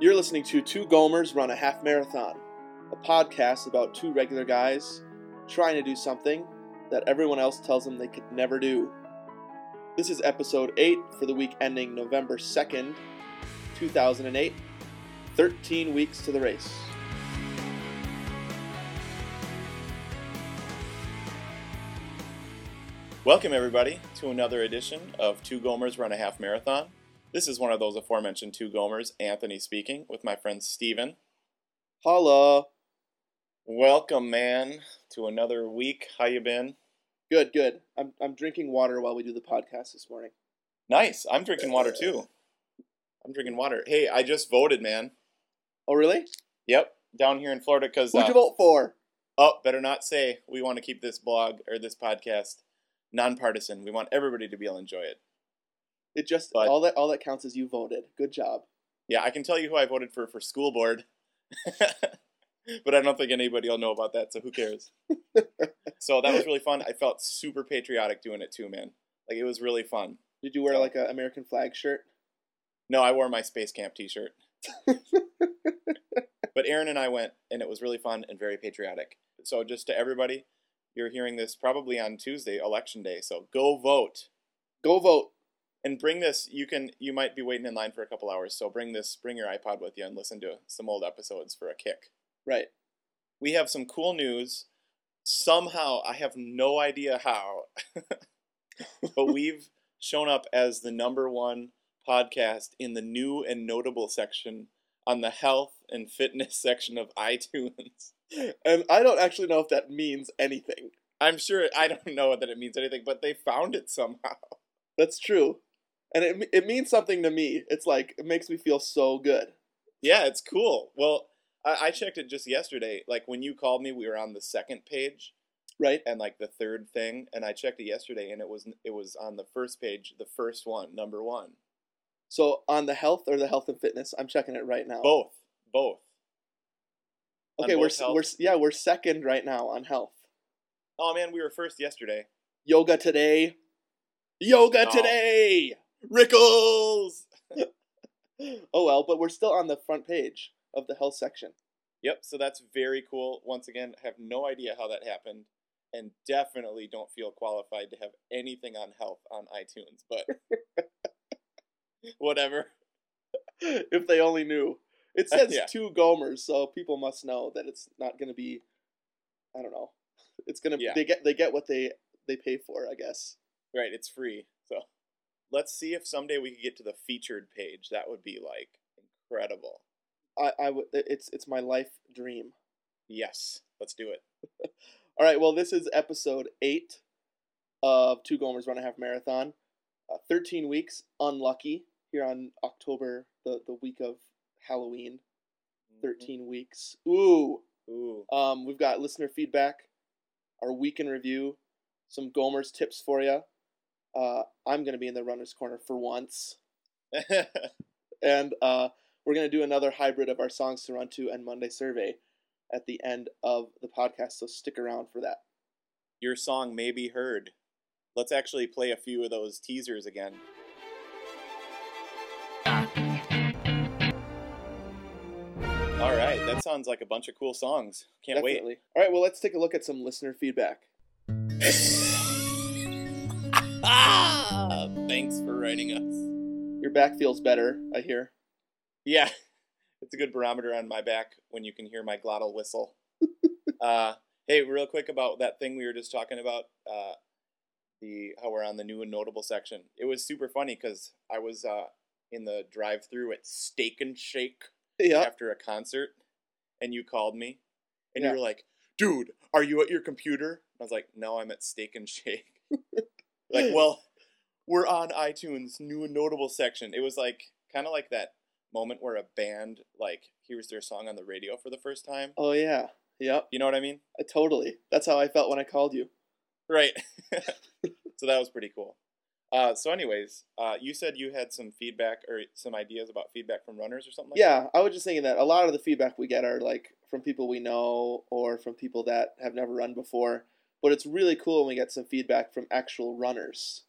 You're listening to Two Gomers Run a Half Marathon, a podcast about two regular guys trying to do something that everyone else tells them they could never do. This is episode 8 for the week ending November 2nd, 2008, 13 weeks to the race. Welcome, everybody, to another edition of Two Gomers Run a Half Marathon. This is one of those aforementioned Two Gomers, Anthony speaking, with my friend Steven. Holla! Welcome, man, to another week. How you been? Good, good. I'm, I'm drinking water while we do the podcast this morning. Nice. I'm drinking water, too. I'm drinking water. Hey, I just voted, man. Oh, really? Yep, down here in Florida, because... Who'd you vote for? Oh, better not say. We want to keep this blog, or this podcast, nonpartisan. We want everybody to be able to enjoy it. It just But- all that all that counts is you voted. Good job. Yeah, I can tell you who I voted for for school board, but I don't think anybody will know about that, so who cares? so that was really fun. I felt super patriotic doing it too, man. Like it was really fun. Did you wear So- like an American flag shirt? No, I wore my space camp T-shirt. but Aaron and I went, and it was really fun and very patriotic. So just to everybody, you're hearing this probably on Tuesday, election day. So go vote Go vote. and bring this. You can. You might be waiting in line for a couple hours, so bring this. Bring your iPod with you and listen to some old episodes for a kick. Right. we have some cool news. Somehow, I have no idea how, but we've shown up as the number one podcast in the new and notable section on the health and fitness section of iTunes. And I don't actually know if that means anything. I'm sure I don't know that it means anything, but they found it somehow. That's true. And it, it means something to me. It's like, it makes me feel so good. Yeah, it's cool. Well, I, I checked it just yesterday. Like when you called me, we were on the second page. Right? and like the third thing and i checked it yesterday and it was it was on the first page the first one number one So, on the health or the health and fitness, I'm checking it right now. both both on okay, we're, both s health. we're, s- yeah, we're second right now on health. oh man we were first yesterday Yoga today. Yoga Oh. today! rickles Oh well, but we're still on the front page of the health section. yep so that's very cool once again I have no idea how that happened and definitely don't feel qualified to have anything on health on itunes but whatever if they only knew. It says Yeah. two Gomers, so people must know that it's not going to be. I don't know. It's gonna Yeah. they get they get what they they pay for, I guess. right it's free so let's see if someday we could get to the featured page that would be like incredible I I would it's it's my life dream. yes let's do it All right, well this is episode eight of Two Gomers Run a Half Marathon. Uh, Thirteen weeks, unlucky here on October the the week of Halloween. Mm-hmm. Thirteen weeks. Ooh. Ooh. Um, we've got listener feedback, our week in review, some Gomer's tips for you. Uh, I'm going to be in the runner's corner for once. Mm-hmm. And uh, we're going to do another hybrid of our songs to run to and Monday survey at the end of the podcast. So stick around for that. Your song may be heard. Let's actually play a few of those teasers again. All right, that sounds like a bunch of cool songs. Can't wait. Definitely. All right, well, let's take a look at some listener feedback. Ah, thanks for writing us. Your back feels better, I hear. Yeah, it's a good barometer on my back when you can hear my glottal whistle. uh, hey, real quick about that thing we were just talking about. Uh, the how we're on the new and notable section. It was super funny because I was uh, in the drive-through at Steak and Shake Yeah. after a concert, and you called me, and Yeah. you were like, "Dude, are you at your computer?" I was like, "No, I'm at Steak and Shake." like, well, we're on iTunes new and notable section. It was like kind of like that moment where a band like hears their song on the radio for the first time. Oh, yeah. Yep. You know what I mean? I- Totally. That's how I felt when I called you. Right. so that was pretty cool. Uh, so, anyways, uh, you said you had some feedback or some ideas about feedback from runners or something like yeah, that? I was just thinking that a lot of the feedback we get are like from people we know or from people that have never run before. But it's really cool when we get some feedback from actual runners.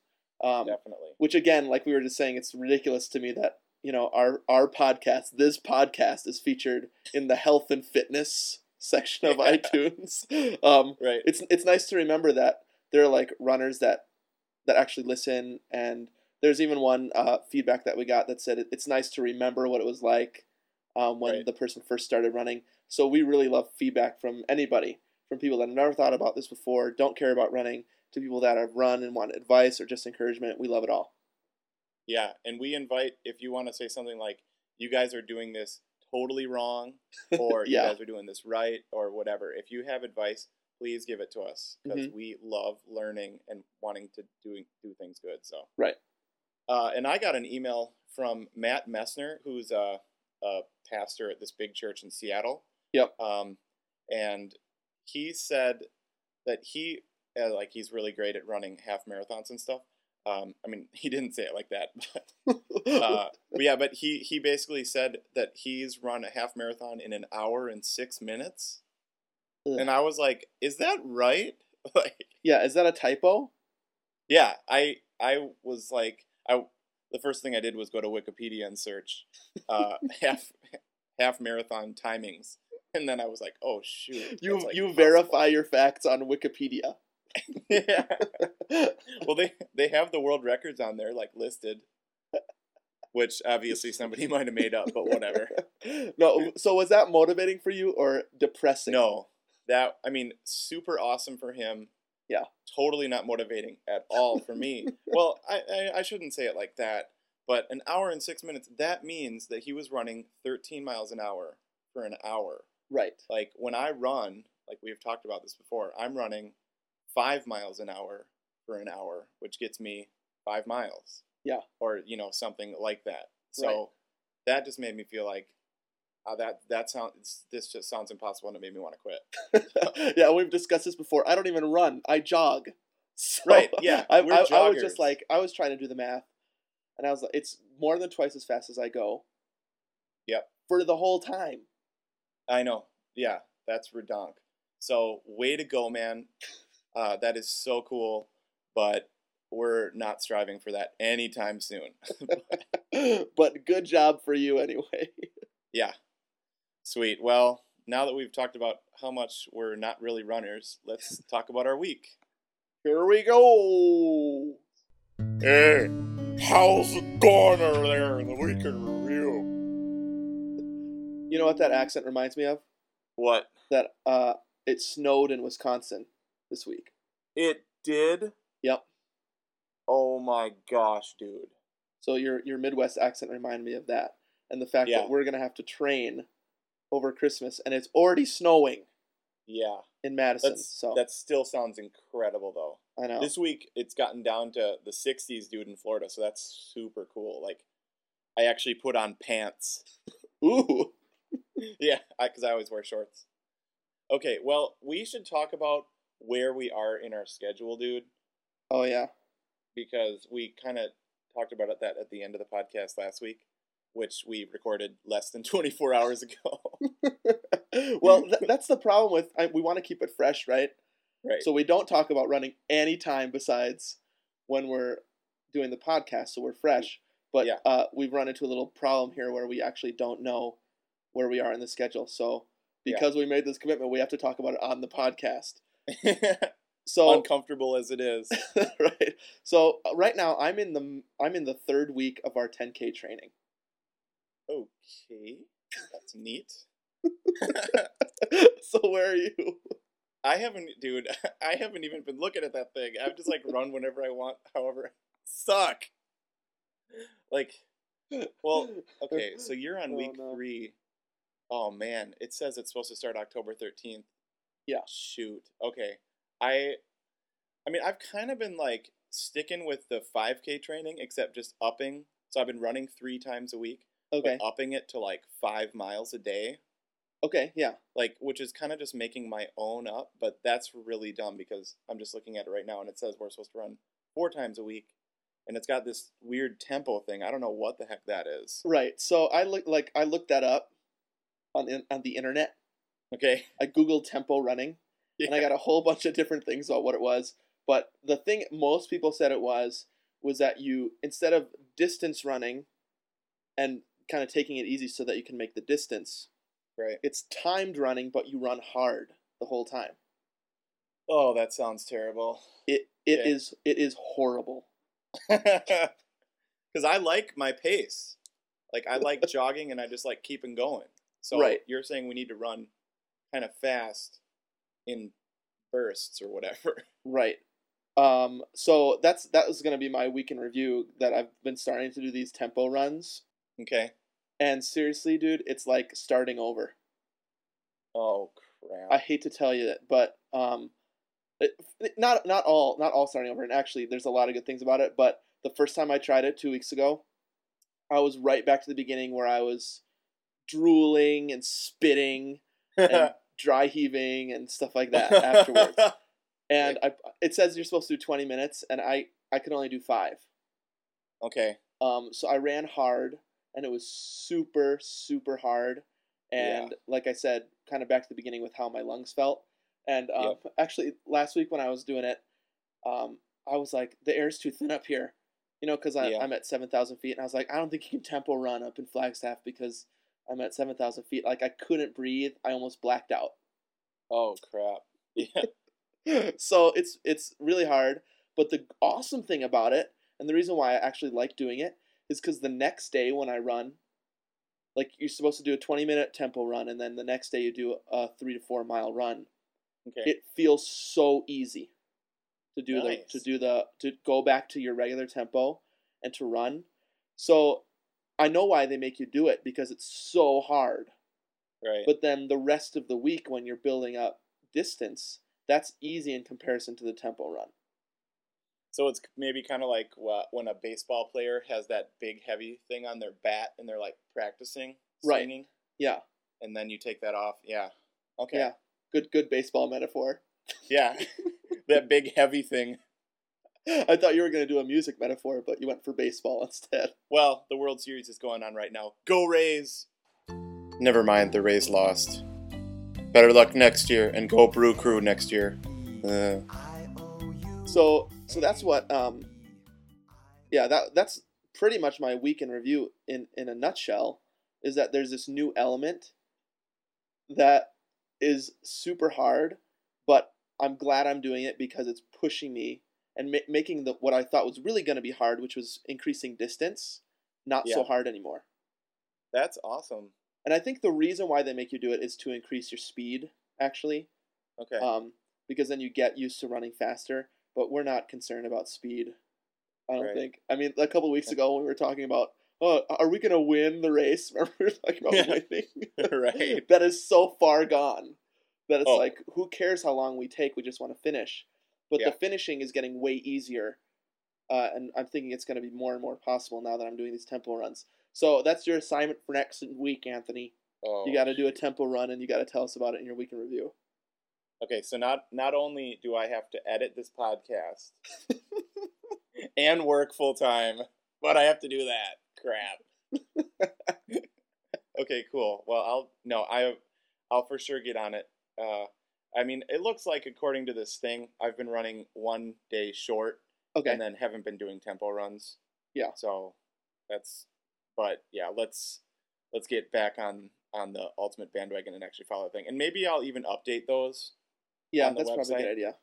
Um, Definitely. Which again, like we were just saying, it's ridiculous to me that you know our our podcast this podcast is featured in the health and fitness section of Yeah. iTunes. Um, Right. it's it's nice to remember that there are like runners that that actually listen and there's even one uh, feedback that we got that said it, it's nice to remember what it was like um, when Right. the person first started running so we really love feedback from anybody from people that have never thought about this before don't care about running to people that have run and want advice or just encouragement we love it all Yeah, and we invite if you want to say something like, "You guys are doing this totally wrong," or Yeah. "You guys are doing this right," or whatever. If you have advice, please give it to us because Mm-hmm. we love learning and wanting to doing do things good. So Right. Uh, and I got an email from Matt Messner, who's a, a pastor at this big church in Seattle. Yep. Um, and he said that he uh, like he's really great at running half marathons and stuff. Um, I mean, he didn't say it like that, but uh, but yeah, but he he basically said that he's run a half marathon in an hour and six minutes, Ugh. and I was like, "Is that right?" like, yeah is that a typo yeah, I I was like, I the first thing I did was go to Wikipedia and search uh, half half marathon timings, and then I was like, "Oh shoot!" you that's, like, you impossible. verify your facts on wikipedia yeah. Well, they they have the world records on there, like listed. Which obviously somebody might have made up, but whatever. no so was that motivating for you or depressing No, that I mean, super awesome for him. Yeah. totally not motivating at all for me. well, I, I I shouldn't say it like that, but an hour and six minutes. That means that he was running 13 miles an hour for an hour. right Like when I run, like we've talked about this before, I'm running five miles an hour for an hour, which gets me five miles. Yeah. or you know something like that. So Right. that just made me feel like. Uh, that that sounds this just sounds impossible and it made me want to quit. yeah, we've discussed this before. I don't even run. I jog. So Right, yeah, I, we're I, I was just joggers. like, I was trying to do the math, and I was like, it's more than twice as fast as I go. Yep. For the whole time. I know. Yeah, that's redonk. So way to go, man. Uh, that is so cool, but we're not striving for that anytime soon. but good job for you anyway. yeah. Sweet. Well, now that we've talked about how much we're not really runners, let's talk about our week. Here we go. Hey, how's it going over there in the week in review? You know what that accent reminds me of? What? That uh, it snowed in Wisconsin this week. It did? Yep. Oh my gosh, dude. So your your Midwest accent reminded me of that, and the fact Yeah. that we're gonna have to train over Christmas, and it's already snowing. Yeah. in Madison. That's, so That still sounds incredible, though. I know. This week it's gotten down to the 60s, dude, in Florida. So that's super cool. Like, I actually put on pants. Ooh, yeah, because I, always wear shorts. Okay, well, we should talk about where we are in our schedule, dude, oh yeah, because we kind of talked about it that at the end of the podcast last week, which we recorded less than 24 hours ago. well th- that's the problem with I, we want to keep it fresh, right? right. So we don't talk about running any time besides when we're doing the podcast, so we're fresh. But Yeah. uh, we've run into a little problem here where we actually don't know where we are in the schedule. So Yeah. because we made this commitment, we have to talk about it on the podcast. So uncomfortable as it is. right. So uh, right now I'm in the I'm in the third week of our 10k training. Okay, that's neat. so where are you? I haven't, dude. I haven't even been looking at that thing. I've just like run whenever I want, however. Suck. Like, well, okay. So you're on Oh, week no. three. Oh man, it says it's supposed to start October thirteenth. Yeah. Shoot. Okay. I, I mean, I've kind of been like sticking with the five k training, except just upping. So I've been running three times a week, Okay. but upping it to like five miles a day Okay, yeah. like which is kind of just making my own up but that's really dumb because i'm just looking at it right now and it says we're supposed to run four times a week and it's got this weird tempo thing i don't know what the heck that is Right. So I look like I looked that up on the, on the internet. okay I googled tempo running and I got a whole bunch of different things about what it was, but the thing most people said it was was that you instead of distance running, and kind of taking it easy so that you can make the distance. Right. It's timed running, but you run hard the whole time. Oh, that sounds terrible. It it is Yeah. it is horrible. Because I like my pace. Like I like jogging, and I just like keeping going. So Right. you're saying we need to run kind of fast in bursts or whatever. Right. Um, so that's that was gonna be my week in review that I've been starting to do these tempo runs. Okay. And seriously, dude, it's like starting over. Oh crap. I hate to tell you that, but um, it, it- not not all not all starting over. And actually, there's a lot of good things about it. But the first time I tried it two weeks ago, I was right back to the beginning where I was drooling and spitting and dry heaving and stuff like that afterwards. And I, it says you're supposed to do 20 minutes, and I I could only do five. okay. Um, so I ran hard, and it was super, super hard. And like I said, kind of back to the beginning with how my lungs felt. And um, actually, last week when I was doing it, um, I was like, the air's too thin up here, you know, because Yeah. I'm at 7,000 feet. And I was like, I don't think you can tempo run up in Flagstaff because I'm at 7,000 feet. Like, I couldn't breathe. I almost blacked out Oh crap. Yeah. so it's it's really hard. But the awesome thing about it, and the reason why I actually like doing it, is because the next day when I run, like you're supposed to do a 20 minute tempo run, and then the next day you do a three to four mile run. Okay. It feels so easy to do Nice. the to do the to go back to your regular tempo and to run. So I know why they make you do it because it's so hard. right. But then the rest of the week, when you're building up distance, that's easy in comparison to the tempo run. So it's maybe kind of like wha- when a baseball player has that big heavy thing on their bat and they're like practicing Right. swinging. Yeah, And then you take that off. Yeah. Okay. Yeah. good, good baseball metaphor. Yeah. that big heavy thing. I thought you were gonna do a music metaphor, but you went for baseball instead. Well, the World Series is going on right now. Go Rays. Never mind, the Rays lost. Better luck next year and go Brew Crew next year. Uh, So, so that's what. Um, yeah, that that's pretty much my week in review. In in a nutshell, is that there's this new element that is super hard, but I'm glad I'm doing it because it's pushing me and ma- making the what I thought was really going to be hard, which was increasing distance, not so Yeah. hard anymore. that's awesome. And I think the reason why they make you do it is to increase your speed, actually, Okay. um, because then you get used to running faster. But we're not concerned about speed. I don't Right. think. I mean, a couple weeks ago when we were talking about, oh, are we gonna win the race? Remember we were talking about Yeah. winning. right. that is so far gone that it's Oh. like who cares how long we take we just want to finish but Yeah. the finishing is getting way easier uh, and i'm thinking it's going to be more and more possible now that i'm doing these tempo runs so that's your assignment for next week anthony Oh. you got to do a tempo run and you got to tell us about it in your weekend review Okay, so not not only do I have to edit this podcast and work full time, but I have to do that. Crap. okay, cool. Well, I'll no, I I'll for sure get on it. Uh, I mean, it looks like according to this thing, I've been running one day short okay and then haven't been doing tempo runs. Yeah. So that's but yeah, let's let's get back on on the ultimate bandwagon and actually follow the thing. And maybe I'll even update those yeah on the that's probably a website. good idea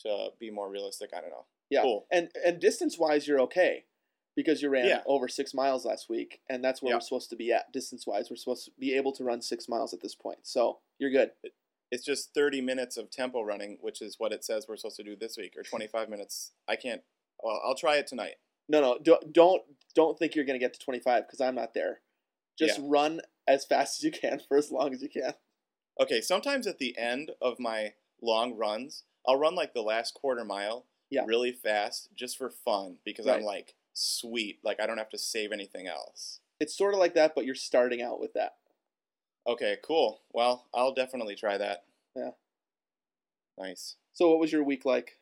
to be more realistic. I don't know. Yeah. Cool. and and distance wise you're okay because you ran Yeah. over six miles last week and that's where Yeah. we're supposed to be at distance wise we're supposed to be able to run six miles at this point so you're good It's just 30 minutes of tempo running, which is what it says we're supposed to do this week, or 25 minutes. I can't. Well, I'll try it tonight. No, no, don't don't don't think you're gonna get to 25 because I'm not there. Just Yeah. run as fast as you can for as long as you can. Okay. Sometimes at the end of my long runs, I'll run like the last quarter mile Yeah. really fast just for fun because Right. I'm like, sweet. Like, I don't have to save anything else. It's sort of like that, but you're starting out with that. Okay, cool. Well, I'll definitely try that. Yeah. Nice. So, what was your week like?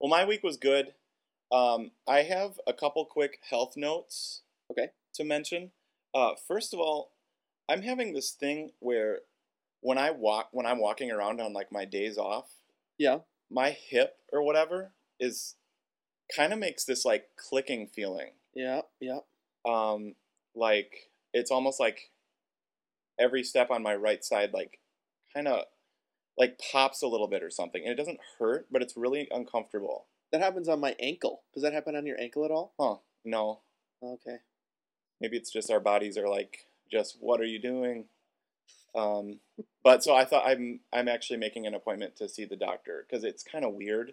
Well, my week was good. Um, I have a couple quick health notes. Okay. To mention, uh, first of all, I'm having this thing where when I walk, when I'm walking around on like my days off, Yeah. my hip or whatever is kind of makes this like clicking feeling. Yeah, yeah. Um, like it's almost like every step on my right side like kind of like pops a little bit or something and it doesn't hurt but it's really uncomfortable That happens on my ankle. Does that happen on your ankle at all? huh no Okay. maybe it's just our bodies are like just what are you doing um but so i thought i'm i'm actually making an appointment to see the doctor because it's kind of weird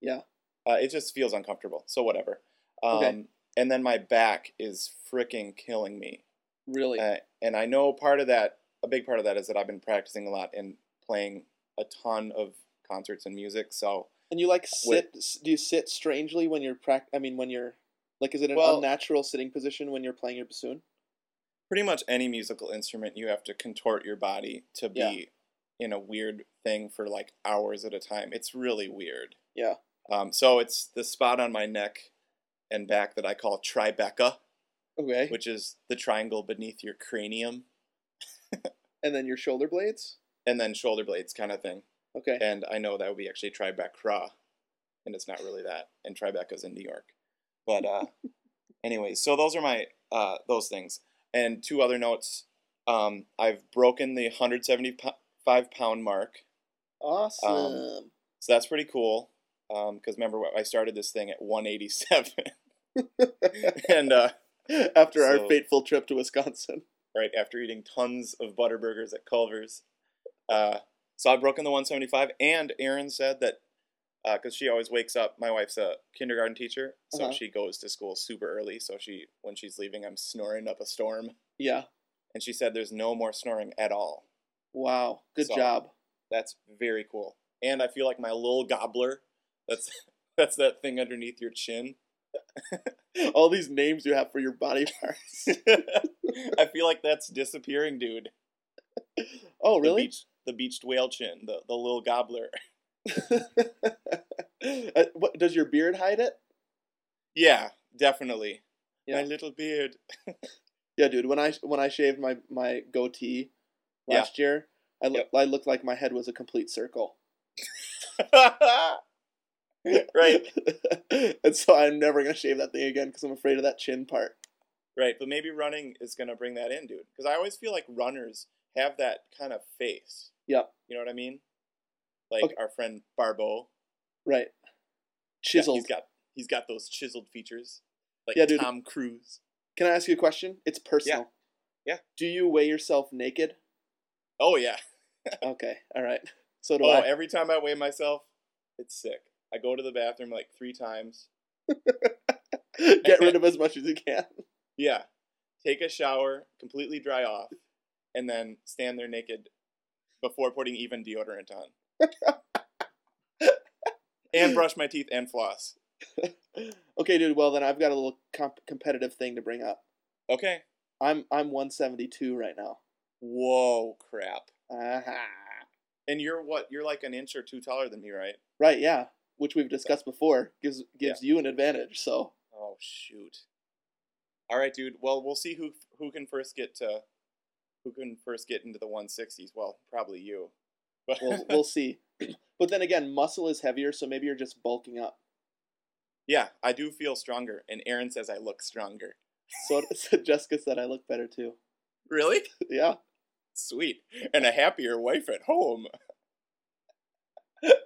Yeah. uh, it just feels uncomfortable so whatever um Okay. and then my back is freaking killing me Really? uh, and i know part of that a big part of that is that i've been practicing a lot and playing a ton of concerts and music so and you like sit? s Do you sit strangely when you're prac? I mean, when you're like, is it an Well- unnatural sitting position when you're playing your bassoon? pretty much any musical instrument you have to contort your body to be Yeah. in a weird thing for like hours at a time it's really weird Yeah. um, so it's the spot on my neck and back that i call tribeca Okay. which is the triangle beneath your cranium and then your shoulder blades. and then shoulder blades kind of thing Okay. and i know that would be actually tribecra and it's not really that and tribeca's in new york but uh anyway so those are my uh those things and two other notes um i've broken the 175 pound mark Awesome. so that's pretty cool Um 'cause because remember i started this thing at 187 and uh After our so- fateful trip to Wisconsin. right after eating tons of butterburgers at Culver's. Uh, so I've broken the 175, and Erin said that because she always wakes up. My wife's a kindergarten teacher, so Uh-huh. she goes to school super early. So she when she's leaving, I'm snoring up a storm, Yeah. and she said there's no more snoring at all. Wow. Good So- job. That's very cool, and I feel like my little gobbler. That's that's that thing underneath your chin. All these names you have for your body parts. I feel like that's disappearing, dude. oh, The really? beach, the beached whale chin, the the little gobbler. Uh, what, does your beard hide it? Yeah, definitely. Yeah. My little beard. Yeah, dude. When I when I shaved my my goatee Yeah. last year, I look I looked like my head was a complete circle. right, and so I'm never gonna shave that thing again because I'm afraid of that chin part. right. But maybe running is going to bring that in, dude. Because I always feel like runners have that kind of face. Yep. You know what I mean? Like Okay. our friend Barbeau. Right. Yeah, Chiseled. he's got he's got those chiseled features. Like Yeah, dude. Tom Cruise. Can I ask you a question? It's personal. Yeah. Do you weigh yourself naked? Oh yeah. Okay. All right. So do Oh, I. every time I weigh myself, it's sick. I go to the bathroom like three times. Get rid of as much as you can. Yeah. Take a shower, completely dry off, and then stand there naked before putting even deodorant on. and brush my teeth and floss. Okay, dude. Well, then I've got a little comp- competitive thing to bring up. Okay. I'm I'm 172 right now. Whoa, crap. Uh-huh. And you're what? You're like an inch or two taller than me, right? Right, yeah, which we've discussed before gives gives you an advantage. So Oh shoot. All right, dude. Well, we'll see who who can first get to who can first get into the 160s. Well, probably you. But we'll we'll see. But then again, muscle is heavier, so maybe you're just bulking up. yeah, I do feel stronger, and Aaron says I look stronger. So, so Jessica said I look better too. Really? Yeah, Sweet. And a happier wife at home.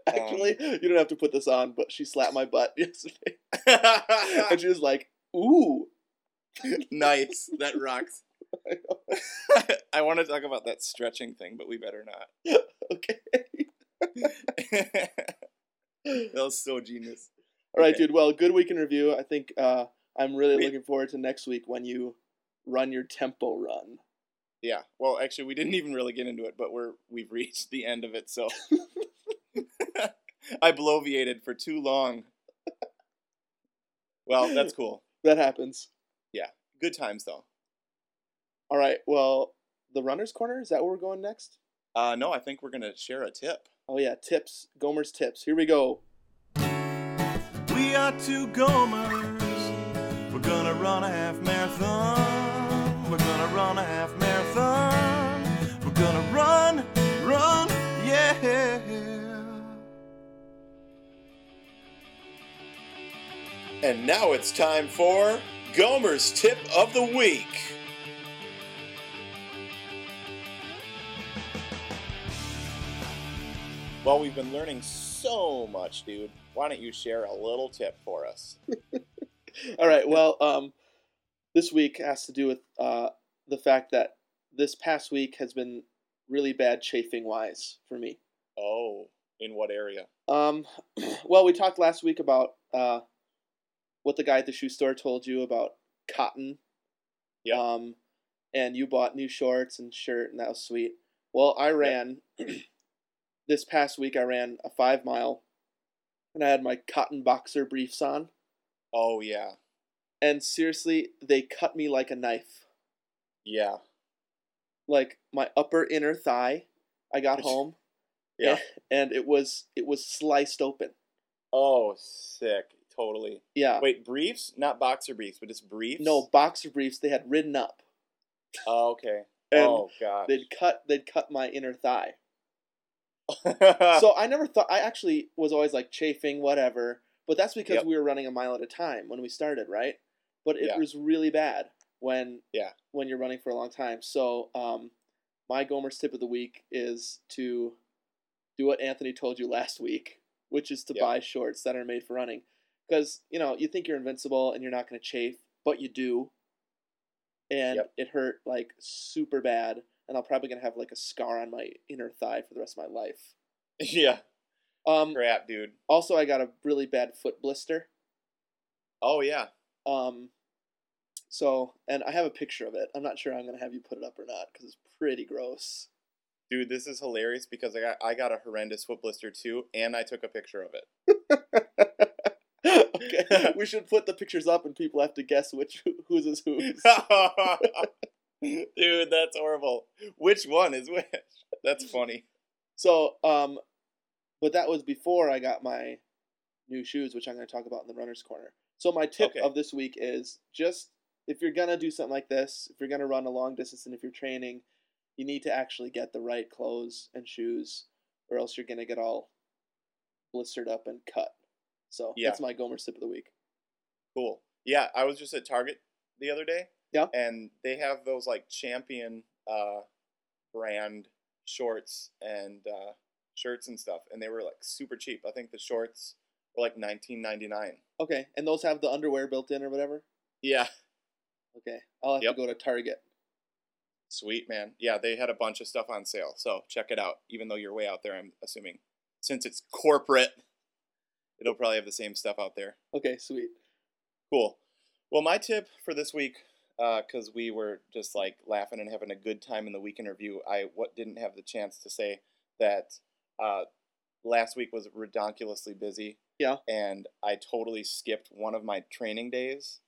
actually, Um. you don't have to put this on, but she slapped my butt yesterday, and she was like, "Ooh, nice. That rocks. I want to talk about that stretching thing, but we better not. okay." that was so genius. All right, Okay. dude. Well, good week in review. I think uh, I'm really We- looking forward to next week when you run your tempo run. Yeah. Well, actually, we didn't even really get into it, but we're we've reached the end of it, so I bloviated for too long. Well, that's cool. That happens. Good times though. All right. Well, the runner's corner is that where we're going next? Uh, no, I think we're gonna share a tip. Oh yeah, tips. Gomer's tips. Here we go. We are two Gomers. We're gonna run a half marathon. We're gonna run a half marathon. We're gonna run, run, yeah. And now it's time for Gomer's tip of the week. Well, we've been learning so much, dude. Why don't you share a little tip for us? All right. Well, um, this week has to do with uh, the fact that this past week has been really bad chafing wise for me. Oh, in what area? Um, well, we talked last week about uh, what the guy at the shoe store told you about cotton. Yeah. Um, and you bought new shorts and shirt, and that was sweet. Well, I ran this past week. I ran a five mile, and I had my cotton boxer briefs on. Oh, yeah. And seriously, they cut me like a knife. Yeah. like my upper inner thigh. I got home. Yeah. And it was it was sliced open. Oh, sick. Totally. Yeah. Wait, briefs? Not boxer briefs, but just briefs? No boxer briefs they had ridden up. Oh, okay. And oh, God. They'd cut they'd cut my inner thigh. so I never thought I actually was always like chafing whatever, but that's because Yep. we were running a mile at a time when we started, right? But it Yeah. was really bad when Yeah. when you're running for a long time. So um, my Gomer's tip of the week is to do what Anthony told you last week, which is to Yeah. buy shorts that are made for running, because you know you think you're invincible and you're not going to chafe, but you do, and Yep. it hurt like super bad. And I'm probably gonna have like a scar on my inner thigh for the rest of my life. yeah. Um, Crap, dude. also, I got a really bad foot blister. Oh, yeah. Um, so, and I have a picture of it. I'm not sure I'm gonna have you put it up or not because it's pretty gross. Dude, this is hilarious because I got I got a horrendous foot blister too, and I took a picture of it. okay, we should put the pictures up, and people have to guess which whose is whose. Dude, that's horrible. Which one is which? That's funny. so, um, but that was before I got my new shoes, which I'm gonna talk about in the runner's corner. So my tip Okay. of this week is just if you're gonna do something like this, if you're gonna run a long distance, and if you're training, you need to actually get the right clothes and shoes, or else you're gonna get all blistered up and cut. So Yeah. that's my Gomer tip of the week. Cool. Yeah, I was just at Target the other day. Yeah. And they have those like champion uh brand shorts and uh shirts and stuff and they were like super cheap. I think the shorts were like 19.99. Okay, and those have the underwear built in or whatever. Yeah. Okay, I'll have Yep. to go to Target. Sweet man. Yeah, they had a bunch of stuff on sale, so check it out. Even though you're way out there, I'm assuming, since it's corporate, it'll probably have the same stuff out there. Okay, sweet. Cool. Well, my tip for this week, because we were just like laughing and having a good time in the weekend review, I what didn't have the chance to say that uh, last week was redonkulously busy. Yeah. And I totally skipped one of my training days.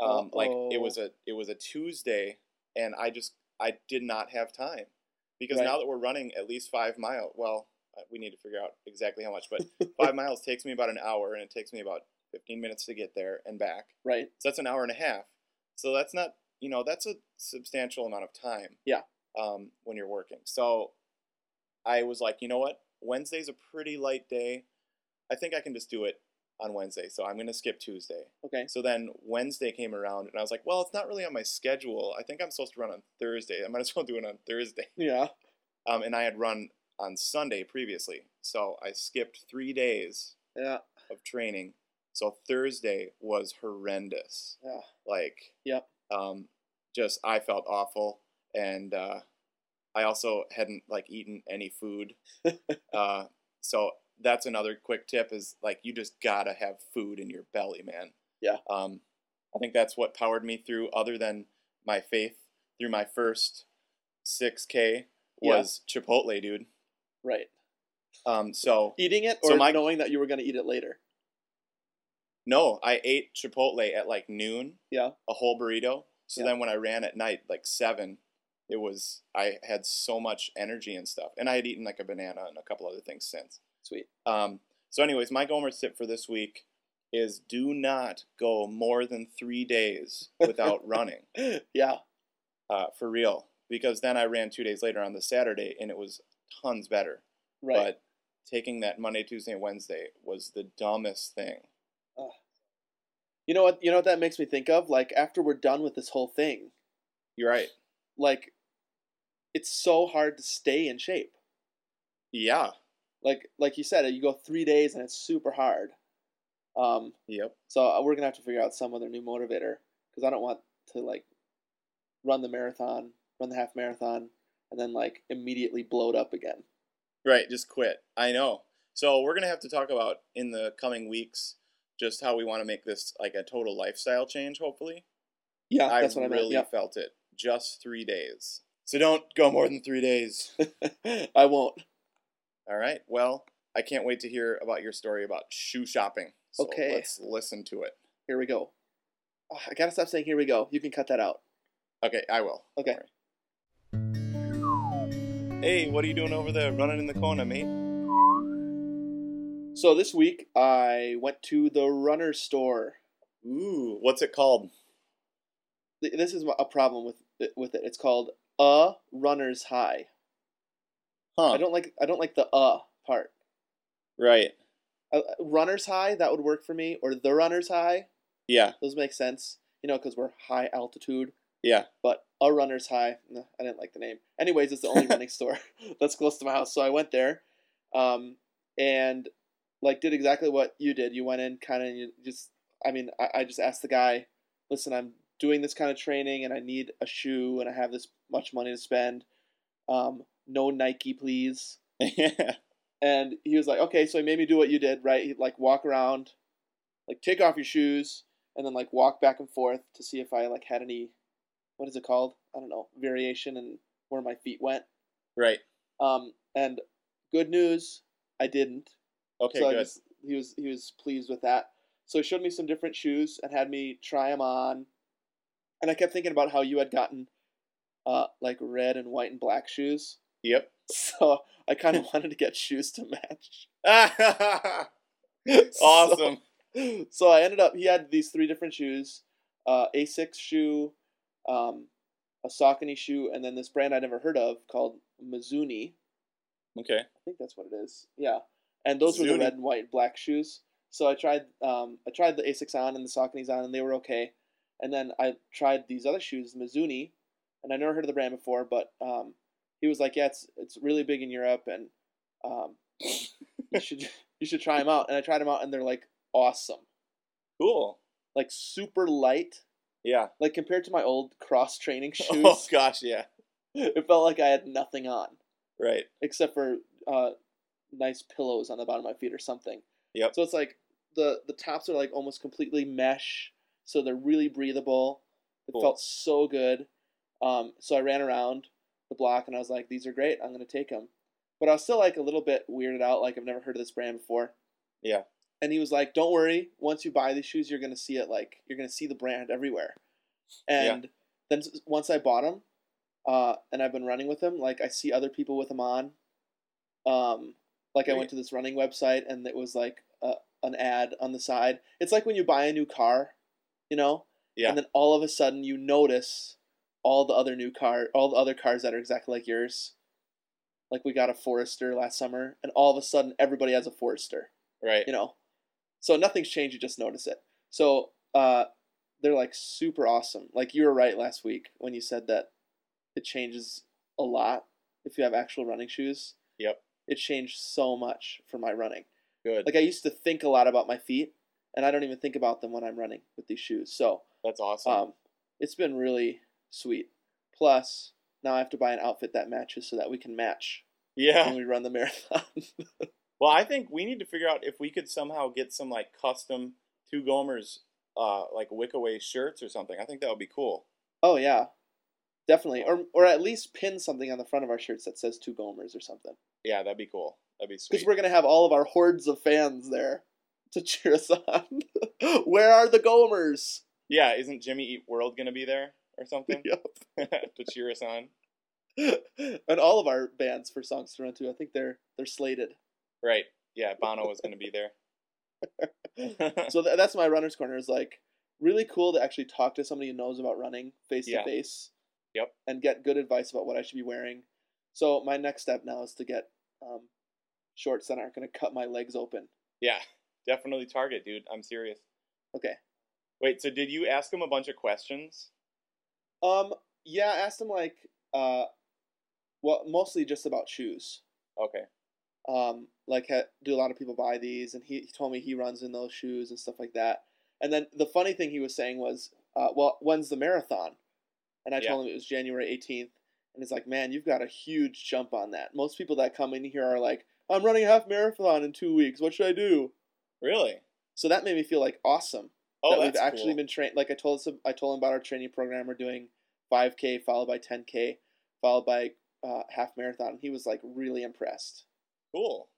Um, like it Uh-oh. was a it was a Tuesday, and I just I did not have time because Right. now that we're running at least five mile. Well, uh, we need to figure out exactly how much, but five miles takes me about an hour, and it takes me about 15 minutes to get there and back. Right. So that's an hour and a half. So that's not, you know, that's a substantial amount of time. Yeah. Um, when you're working. So I was like, you know what? Wednesday's a pretty light day. I think I can just do it on Wednesday. So I'm going to skip Tuesday. Okay. So then Wednesday came around and I was like, well, it's not really on my schedule. I think I'm supposed to run on Thursday. I might as well do it on Thursday Yeah. um, and I had run on Sunday previously, so I skipped three days Yeah. of training. So Thursday was horrendous. Yeah. Like, Yep. Um, just I felt awful, and uh, I also hadn't like eaten any food. uh, so that's another quick tip: is like you just gotta have food in your belly, man. Yeah. Um, I think that's what powered me through, other than my faith, through my first 6K Yeah. was Chipotle, dude. Right. Um, so Eating it or So my- knowing that you were going to eat it later. no, I ate Chipotle at like noon. Yeah. A whole burrito. So Yeah. then when I ran at night, like seven, it was I had so much energy and stuff, and I had eaten like a banana and a couple other things since. Sweet. Um, so, anyways, my Gomer tip for this week is do not go more than three days without running. yeah. Uh, for real, because then I ran two days later on the Saturday, and it was tons better. Right. but taking that Monday, Tuesday, Wednesday was the dumbest thing. Ugh. You know what? You know what that makes me think of? Like after we're done with this whole thing, You're right. like it's so hard to stay in shape. Yeah. Like like you said, you go three days and it's super hard. Um, Yep. so uh, we're gonna have to figure out some other new motivator because I don't want to like run the marathon, run the half marathon, and then like immediately blow it up again. Right. Just quit. I know. So we're gonna have to talk about in the coming weeks just how we want to make this like a total lifestyle change. Hopefully, Yeah, I that's what I meant. really felt it. Just three days. So don't go more than three days. Yep. I won't. All right. Well, I can't wait to hear about your story about shoe shopping. So Okay. Let's listen to it. Here we go. Ah, I gotta stop saying here we go. You can cut that out. Okay, I will. Okay. All right. Hey, what are you doing over there, running in the corner, mate? So this week I went to the runner store. Ooh, what's it called? Th- This is a problem with it- with it. It's called a runner's high. Huh? I don't like I don't like the uh part. right. Uh, uh, runner's high that would work for me, or the runner's high. Yeah. Those make sense, you know, because we're high altitude. Yeah. But a runner's high, nah, I didn't like the name. Anyways, it's the only running store that's close to my house, so I went there, um, and like did exactly what you did. You went in kind of you just, I mean, I, I just asked the guy, listen, I'm doing this kind of training and I need a shoe and I have this much money to spend. Um, no Nike, please yeah. and he was like, okay, so he made me do what you did, right? He'd like walk around, like take off your shoes, and then like walk back and forth to see if I like had any, what is it called? I don't know, variation in where my feet went. Right. Um, and good news, I didn't. Okay. so I good. just, he was he was pleased with that. So he showed me some different shoes and had me try them on, and I kept thinking about how you had gotten, uh, like red and white and black shoes. Yep. So I kind of wanted to get shoes to match. awesome. So, so I ended up. He had these three different shoes: uh, Asics shoe, um, a Saucony shoe, and then this brand I never heard of called Mizuni. Okay. I think that's what it is. Yeah, and those were the Zuni. red and white and black shoes. So I tried. Um, I tried the Asics on and the Sauconys on, and they were okay. And then I tried these other shoes, Mizuni, and I never heard of the brand before. But um, he was like, "Yeah, it's it's really big in Europe, and um, you should you should try them out." And I tried them out, and they're like awesome, Cool. like super light. Yeah. Like compared to my old cross training shoes, Oh gosh. Yeah. it felt like I had nothing on Right. except for uh, nice pillows on the bottom of my feet or something. Yep. So it's like the the tops are like almost completely mesh, so they're really breathable. It Cool. felt so good. Um, so I ran around the block and I was like, these are great. I'm gonna take them. But I was still like a little bit weirded out. Like I've never heard of this brand before. Yeah. And he was like, "Don't worry. Once you buy these shoes, you're gonna see it. Like you're gonna see the brand everywhere." Yeah. And then s- once I bought them, uh, and I've been running with them. Like I see other people with them on. Um, like I went to this running website and it was like a, an ad on the side. It's like when you buy a new car, you know. Yeah. And then all of a sudden you notice all the other new car, all the other cars that are exactly like yours. Like we got a Forester last summer, and all of a sudden everybody has a Forester Right. you know. So nothing's changed. You just notice it. So uh, they're like super awesome. Like you were right last week when you said that it changes a lot if you have actual running shoes. Yep. It changed so much for my running. Good. Like I used to think a lot about my feet, and I don't even think about them when I'm running with these shoes. So That's awesome. um, it's been really sweet. Plus, now I have to buy an outfit that matches so that we can match yeah. when we run the marathon. Well, I think we need to figure out if we could somehow get some like custom two Gomers uh like Wickaway shirts or something. I think that would be cool. Oh yeah, definitely. Or or at least pin something on the front of our shirts that says two Gomers or something, Yeah, that'd be cool. That'd be because sweet. we're gonna have all of our hordes of fans there to cheer us on. Where are the Gomers? Yeah, isn't Jimmy Eat World gonna be there or something Yep. to cheer us on? and all of our bands for songs to run to. I think they're they're slated. Right. Yeah, Bono was gonna be there. So tha that's my runner's corner. Is like really cool to actually talk to somebody who knows about running face to Yeah. face. Yep. And get good advice about what I should be wearing. So my next step now is to get um, shorts that aren't gonna cut my legs open. yeah, definitely Target, dude. I'm serious. Okay. Wait, so did you ask him a bunch of questions? Um, yeah, I asked him like, uh, well, mostly just about shoes. Okay. Um, like, ha- do a lot of people buy these? And he, he told me he runs in those shoes and stuff like that. And then the funny thing he was saying was, uh, well, when's the marathon? And I told him it was January 18th. And he's like, man, you've got a huge jump on that. Most people that come in here are like, I'm running a half marathon in two weeks. What should I do? Really? So that made me feel like awesome Oh, that we've that's actually cool. been trained. Like I told some, I told him about our training program. We're doing 5K followed by 10K followed by uh, half marathon. And he was like really impressed. cool.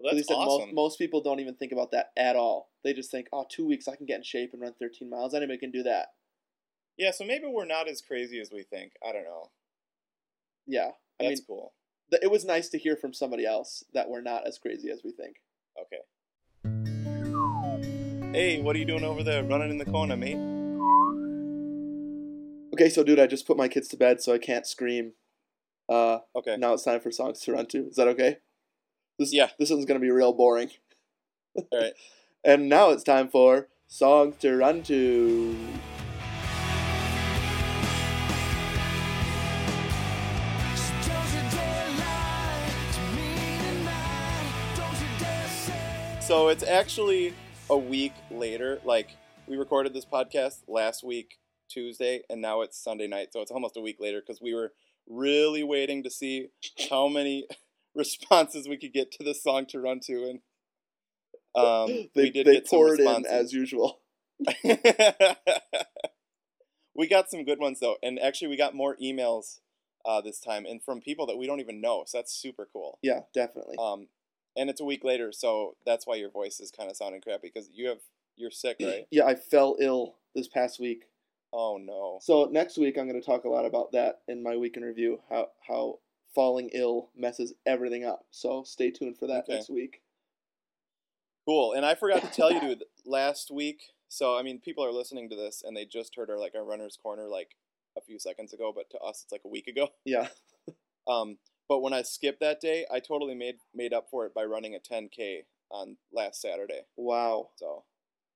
Well, At that's least that awesome. most, most people don't even think about that at all. They just think, oh, two weeks I can get in shape and run 13 miles. Anybody can do that. yeah, so maybe we're not as crazy as we think. I don't know. Yeah. I That's mean, cool. th- it was nice to hear from somebody else that we're not as crazy as we think. Okay. Hey, what are you doing over there running in the corner, mate? Okay, so dude, I just put my kids to bed, so I can't scream. Uh, Okay. now it's time for songs to run to. Is that okay? This Yeah. This one's gonna be real boring. All right. And now it's time for songs to run to. So it's actually a week later. Like we recorded this podcast last week Tuesday, and now it's Sunday night. So it's almost a week later because we were really waiting to see how many responses we could get to this song to run to, and um, they we did they get some poured in responses. as usual. we got some good ones though, and actually we got more emails uh, this time, and from people that we don't even know. So that's super cool. Yeah, definitely. Um, and it's a week later, so that's why your voice is kind of sounding crappy because you have you're sick, right? yeah, I fell ill this past week. oh no. So next week I'm going to talk a lot about that in my week in review. How how falling ill messes everything up. So stay tuned for that Okay. next week. Cool. And I forgot to tell you dude, last week. So I mean, people are listening to this and they just heard our like our runner's corner like a few seconds ago, but to us it's like a week ago. Yeah. Um, but when I skipped that day, I totally made made up for it by running a 10k on last Saturday. Wow. So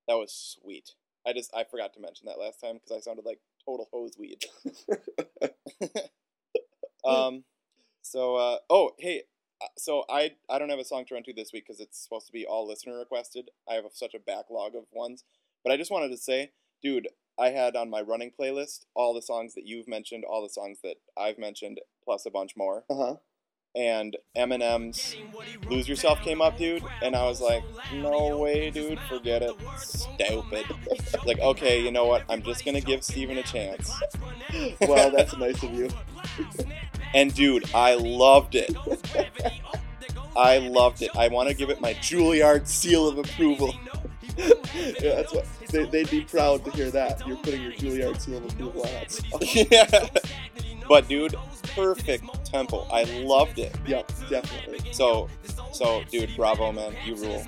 that was sweet. I just I forgot to mention that last time because I sounded like total hose weed. um, so uh, oh hey, uh, so I I don't have a song to run to this week because it's supposed to be all listener requested. I have such a backlog of ones, but I just wanted to say, dude, I had on my running playlist all the songs that you've mentioned, all the songs that I've mentioned, plus a bunch more, Uh huh. and Eminem's "Lose Yourself" came up, dude, and I was like, no way, dude, forget it, stupid. like, okay, you know what? I'm just gonna give Steven a chance. Wow, that's nice of you. And dude, I loved it. I loved it. I want to give it my Juilliard seal of approval. Yeah, that's what they, they'd be proud to hear that. You're putting your Juilliard seal of approval on it. yeah. But dude, perfect tempo. I loved it. Yeah, definitely. So, so dude, bravo, man. You rule.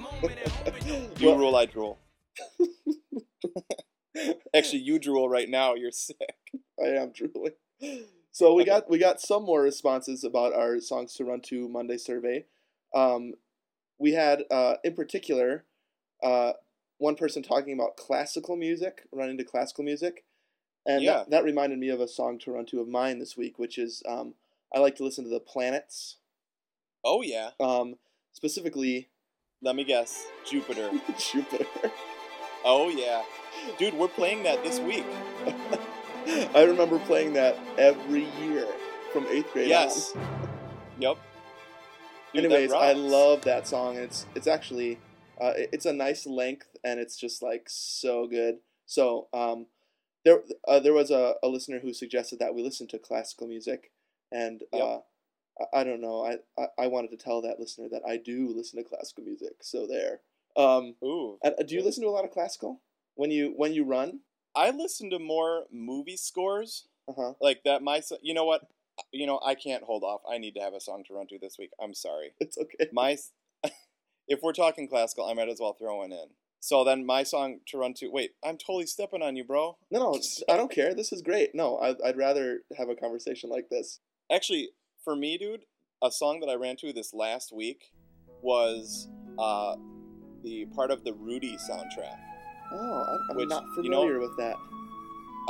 You Well- rule. I drool. Actually, you drool right now. You're sick. I am drooling. So we Okay. got we got some more responses about our songs to run to Monday survey. Um, we had uh, in particular uh, one person talking about classical music, running to classical music, and Yeah. that, that reminded me of a song to run to of mine this week, which is um, I like to listen to the Planets, Oh yeah. um, specifically Let me guess. Jupiter. Jupiter. Oh yeah. Dude, we're playing that this week. I remember playing that every year from eighth grade. on. Yes. Yep. Dude, that Anyways, I rocks. love that song. It's it's actually uh, it- it's a nice length and it's just like so good. So um, there uh, there was a, a listener who suggested that we listen to classical music, and Yep. uh, I, I don't know. I, I I wanted to tell that listener that I do listen to classical music. So there. Um, Ooh. and, uh, do you listen to a lot of classical when you when you run? I listen to more movie scores Uh huh. like that. My, so- you know what, you know I can't hold off. I need to have a song to run to this week. I'm sorry. It's okay. My, s- if we're talking classical, I might as well throw one in. So then my song to run to. Wait, I'm totally stepping on you, bro. No, no, I don't care. This is great. No, I, I'd rather have a conversation like this. Actually, for me, dude, a song that I ran to this last week was uh, the part of the Rudy soundtrack. Oh, I- I'm Which, not you know- familiar with that.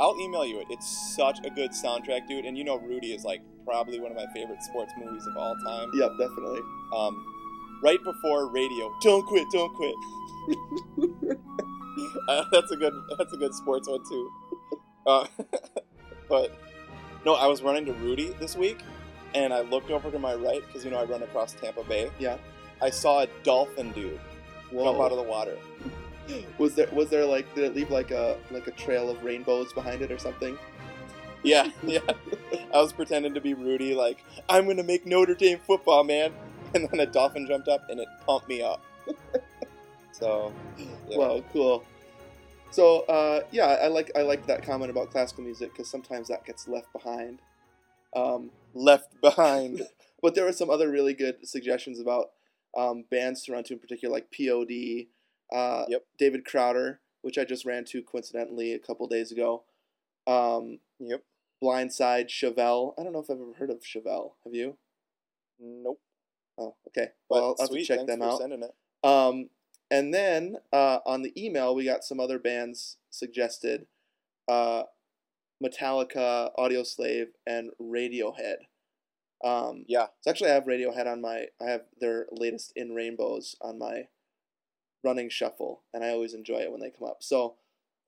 I'll email you it. It's such a good soundtrack, dude. And you know, Rudy is like probably one of my favorite sports movies of all time. Yep, definitely. Um, right before Radio, don't quit, don't quit. uh, that's a good. That's a good sports one too. Uh, but no, I was running to Rudy this week, and I looked over to my right because you know I run across Tampa Bay. Yeah. I saw a dolphin dude jump out of the water. Was there was there like did it leave like a like a trail of rainbows behind it or something? Yeah, yeah. I was pretending to be Rudy, like, I'm gonna make Notre Dame football, man. And then a dolphin jumped up and it pumped me up. So, yeah. Wow, cool. So uh, yeah, I like I like that comment about classical music because sometimes that gets left behind. Um, left behind. but there were some other really good suggestions about um, bands to run to in particular, like POD, uh, Yep. David Crowder, which I just ran to coincidentally a couple days ago. Um, Yep. Blindside, Chevelle. I don't know if I've ever heard of Chevelle. Have you? Nope. Oh, okay. But Well, I'll have sweet, to check thanks them for out. sending it. Um, and then uh, on the email, we got some other bands suggested uh, Metallica, Audio Slave, and Radiohead. Um, Yeah. So actually, I have Radiohead on my, I have their latest In Rainbows on my running shuffle, and I always enjoy it when they come up. So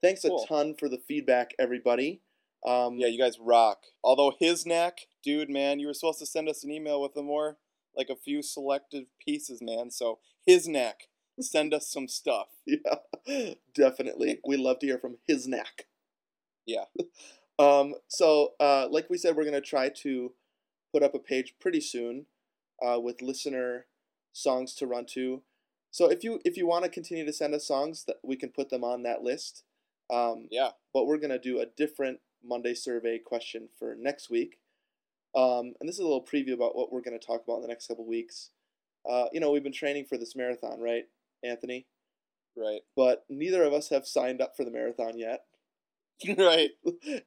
thanks Cool. a ton for the feedback, everybody. Um, Yeah, you guys rock. Although his neck, dude, man, you were supposed to send us an email with the more, like a few selective pieces, man. So, his neck, send us some stuff. yeah, definitely. We love to hear from his neck. Yeah. Um, so, uh, like we said, we're gonna try to put up a page pretty soon uh, with listener songs to run to. So if you if you want to continue to send us songs, that we can put them on that list. Um, Yeah. But we're gonna do a different Monday survey question for next week. Um, and this is a little preview about what we're gonna talk about in the next couple weeks. Uh, you know, we've been training for this marathon, right, Anthony? Right. but neither of us have signed up for the marathon yet, right.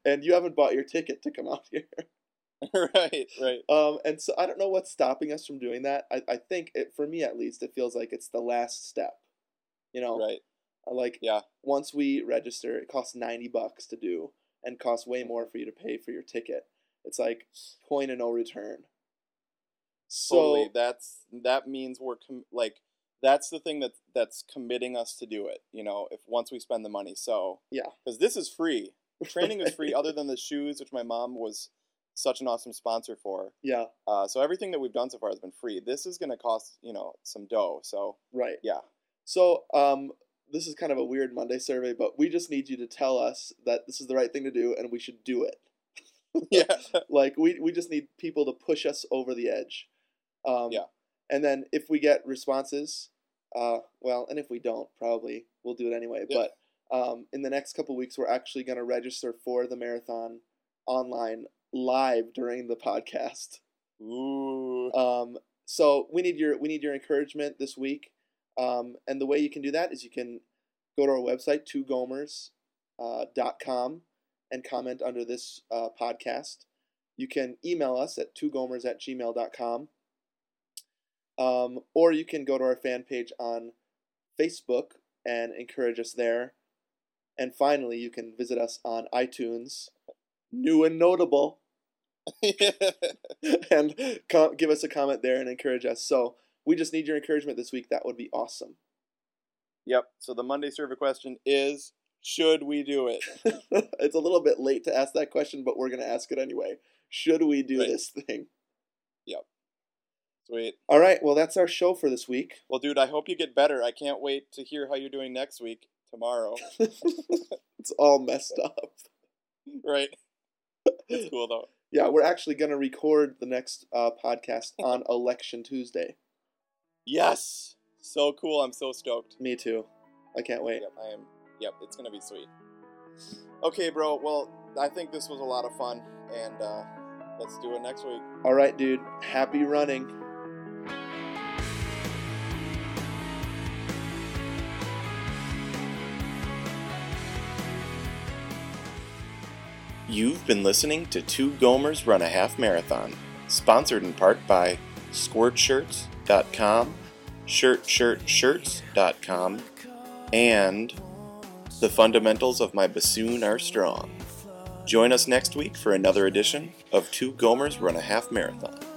and you haven't bought your ticket to come out here. right. Right. Um, and so I don't know what's stopping us from doing that. I, I think it, for me at least, it feels like it's the last step. You know, Right. I like Yeah. once we register, it costs ninety bucks to do, and costs way more for you to pay for your ticket. It's like point of no return. So totally. that's that means we're com- like that's the thing that that's committing us to do it you know if once we spend the money so Yeah. because this is free training is free other than the shoes which my mom was such an awesome sponsor for yeah, uh, so everything that we've done so far has been free this is going to cost you know some dough so right. yeah So, um, this is kind of a weird Monday survey, but we just need you to tell us that this is the right thing to do and we should do it. yeah Like, we, we just need people to push us over the edge. Um, Yeah. And then if we get responses, uh, well, and if we don't, probably we'll do it anyway. Yeah. But um, in the next couple weeks, we're actually going to register for the marathon online live during the podcast. ooh Um, so we need your we need your encouragement this week. Um, and the way you can do that is you can go to our website twogomers.com and comment under this uh, podcast. You can email us at twogomers at gmail.com. Um, or you can go to our fan page on Facebook and encourage us there. And finally, you can visit us on iTunes, new and notable and com- give us a comment there and encourage us. So we just need your encouragement this week. That would be awesome. yep so the monday survey question is should we do it it's a little bit late to ask that question, but we're going to ask it anyway. Should we do Right. this thing? sweet All right. Well, that's our show for this week. well dude i hope you get better i can't wait to hear how you're doing next week tomorrow it's all messed up. right it's cool though Yeah, we're actually going to record the next uh, podcast on Election Tuesday. Yes. So cool. I'm so stoked. Me too. I can't wait. Yep, I am. Yep, it's gonna be sweet. Okay, bro. Well, I think this was a lot of fun, and uh, let's do it next week. All right, dude. Happy running. You've been listening to Two Gomers Run a Half Marathon, sponsored in part by SquirtShirts.com, ShirtShirtShirts.com, and The fundamentals of my bassoon are strong. Join us next week for another edition of Two Gomers Run a Half Marathon.